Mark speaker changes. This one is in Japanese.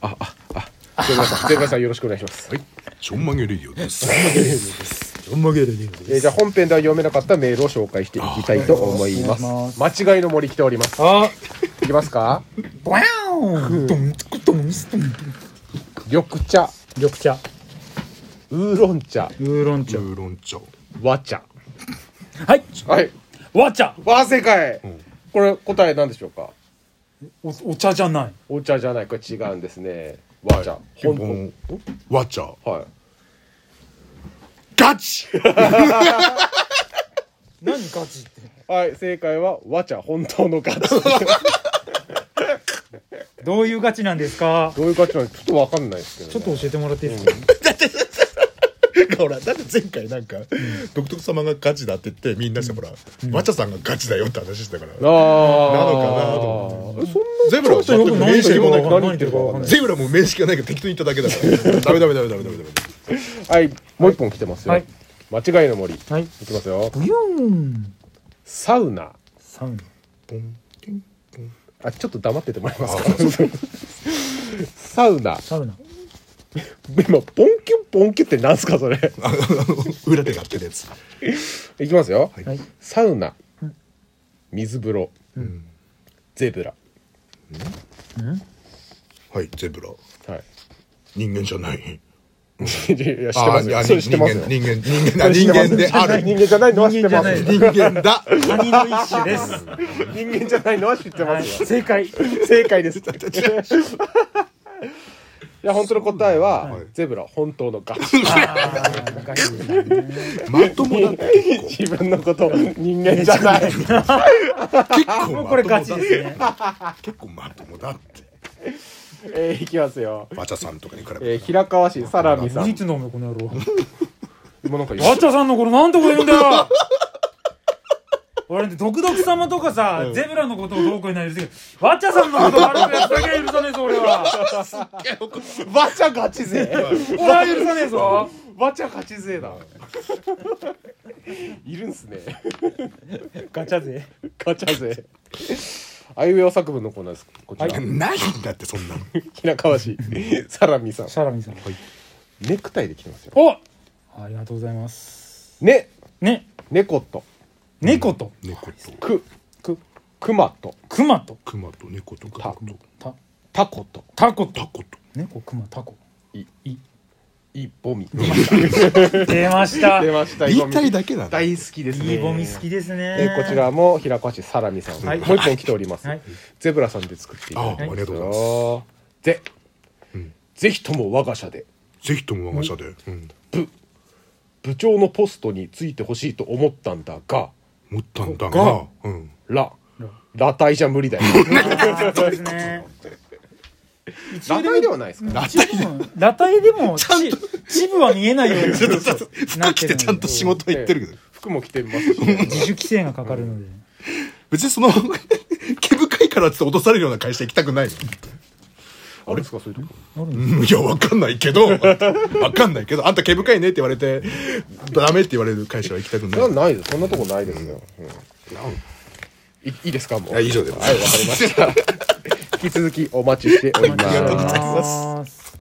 Speaker 1: あああ
Speaker 2: 全村 さん全村さんよろしくお願いします
Speaker 3: はい、ちょんまげレディオです。
Speaker 4: ジョン・マゲルニング
Speaker 2: えー
Speaker 4: です。
Speaker 2: じゃあ本編では読めなかったメールを紹介していきたいと思います
Speaker 4: あお願いし
Speaker 2: 間違いの森来ております
Speaker 4: あ
Speaker 2: いきますか
Speaker 4: ボヤーンドンツクドンストン
Speaker 2: 緑茶
Speaker 4: 緑茶、
Speaker 2: ウーロン茶
Speaker 4: ウーロン茶
Speaker 3: ウ。ーロン茶。
Speaker 2: 和茶
Speaker 4: はい、
Speaker 2: はい
Speaker 4: 和茶
Speaker 2: 和正解、これ答え何でしょうか
Speaker 4: おお茶じゃない。
Speaker 2: お茶じゃないこれ違うんですね和茶、
Speaker 3: ピン
Speaker 2: 本
Speaker 3: ポン
Speaker 2: 当
Speaker 3: わちゃ。
Speaker 2: はい
Speaker 3: ガチ。
Speaker 4: 何ガチって。
Speaker 2: はい、正解は和茶本当の ガチ。ど
Speaker 4: どういうガチなんですか
Speaker 2: ういうガチなのかちょっとわかんないですけど、ね。
Speaker 4: ちょっと教えてもらっていいですか、
Speaker 3: ほら、だって前回なんか、独特様がガチだって言って、みんなしてほら、わちゃさんがガチだよって話してたから。なのかなと
Speaker 2: ああ。なのか
Speaker 3: 思
Speaker 2: なそん
Speaker 3: ゼブラは
Speaker 4: ちょ
Speaker 3: 全
Speaker 4: っとよ
Speaker 3: く
Speaker 4: く何言
Speaker 3: 名刺
Speaker 4: ってるか
Speaker 3: も
Speaker 4: わ
Speaker 3: なく
Speaker 4: かんない。何言ってるかわかんない。
Speaker 3: ゼブラも名刺がないから適当に言っただけだから。ダメダメダメダメダメダメ。
Speaker 2: なはい、もう一本来てますよ。
Speaker 4: はい
Speaker 2: 間違いの森。い
Speaker 4: はい。
Speaker 2: きますよ。
Speaker 4: ブヨーン
Speaker 2: サウナ。
Speaker 4: サウナ。
Speaker 3: ポンテン
Speaker 2: あ、ちょっと黙っててもらえますか。 サウナ。
Speaker 4: サウナ。
Speaker 2: 今、ポンキュンポンキュンってなんすか、それ。
Speaker 3: あの裏でやってるやつ。
Speaker 2: いきますよ。
Speaker 4: はい。
Speaker 2: サウナ。水風呂。ゼブラ。
Speaker 3: はい、ゼブラ。
Speaker 2: はい。
Speaker 3: 人間じゃない。
Speaker 2: いや、いや知って
Speaker 3: あ
Speaker 2: ます
Speaker 3: いや
Speaker 2: よ。そ
Speaker 3: 人
Speaker 2: れ知ってますよ
Speaker 3: 間、。人間、人間、あ人間である。
Speaker 2: 人間じゃないのは知って
Speaker 4: 人間じゃ
Speaker 2: ま
Speaker 4: な
Speaker 2: すよ。
Speaker 3: 人間だ。
Speaker 4: いカニの一種です。
Speaker 2: 人間じゃないのは知って
Speaker 4: は
Speaker 2: ま
Speaker 4: い、
Speaker 2: すよ。
Speaker 4: 正解。
Speaker 2: 正解です。いや本当の答えは、
Speaker 3: はい
Speaker 2: ゼブラ本当のガチ
Speaker 4: ガチ
Speaker 3: まともだった。結
Speaker 2: 自分のこと人間じゃない
Speaker 3: 構まともだ。
Speaker 4: これガチです ね。
Speaker 3: 結構まともだって。
Speaker 2: えー、いきますよ、
Speaker 3: わちゃさんとかに比べ
Speaker 2: えー、
Speaker 3: て。
Speaker 2: 平川市サラミさ
Speaker 4: 無
Speaker 2: ん
Speaker 4: 実のおめこの野郎。
Speaker 2: 今なんか言
Speaker 4: バ
Speaker 2: う
Speaker 4: ッチャさんの頃なんてこと言うんだよ俺ね、独特様とかさ、ゼブラのことをどうこうにないですけど、ワッチャさんのことを悪くやつだけは許さねえぞ、俺は。
Speaker 2: バチャガチ勢
Speaker 4: 俺は許さねえぞ。
Speaker 2: バチャガチ勢だいるんすね
Speaker 4: ガチャ勢。
Speaker 2: ガチャ勢あいうえお作文のコーナーですこちら、
Speaker 3: ないんだってそんなの
Speaker 2: 平川市サラミさん
Speaker 4: シャラミさん。
Speaker 2: ネクタイで来てますよ
Speaker 4: おありがとうございます。
Speaker 2: ね
Speaker 4: ね、
Speaker 2: 猫と
Speaker 4: 猫と、
Speaker 3: 猫と
Speaker 2: くく熊と
Speaker 4: 熊と、
Speaker 3: 熊と猫と
Speaker 2: タ
Speaker 3: かと
Speaker 4: た、
Speaker 2: タコと
Speaker 4: タコと
Speaker 3: タ、コと
Speaker 4: 猫、熊、タコ。
Speaker 2: いいいボミ
Speaker 4: 出ました。
Speaker 2: 出ま した
Speaker 3: 言いたいだけなんだ
Speaker 2: 大好きですね
Speaker 4: いいゴミ好きですね。
Speaker 2: えーこち。らも平川市サラミさん、
Speaker 4: はい
Speaker 2: もう一本来ております、
Speaker 4: はい
Speaker 2: ゼブラさんで作っていただい
Speaker 3: ああ
Speaker 2: て
Speaker 3: りがとうございます
Speaker 2: よで、
Speaker 3: ん
Speaker 2: ぜひとも我が社で
Speaker 3: ぜひとも我が社でうん
Speaker 2: 部長のポストについてほしいと思ったんだが
Speaker 3: 持ったんだ
Speaker 4: が
Speaker 3: がうん
Speaker 2: ら裸体じゃ無理だよ
Speaker 4: あーそうですね。
Speaker 2: 裸体ではないですか
Speaker 3: だって
Speaker 4: 一部も裸体でもちチブは見えないようにな
Speaker 3: 服
Speaker 4: って
Speaker 3: 着
Speaker 4: る
Speaker 3: て
Speaker 4: ので
Speaker 3: ちゃんと仕事行ってるけど
Speaker 2: 服も着てますし、
Speaker 4: 自主規制がかかるので、
Speaker 3: 別にその 毛深いからっつって落とされるような会社行きたくない
Speaker 2: あれですかそういうとこ
Speaker 4: あるんです
Speaker 3: のうんいやわかんないけどわかんないけどあんた毛深いねって言われてダメって言われる会社は行きたくない
Speaker 2: そんなないですそんなとこないですよ、うんいいいですかもう
Speaker 3: あ以上です
Speaker 2: はいわかりました引き続きお待ちしております
Speaker 4: ありがとうございます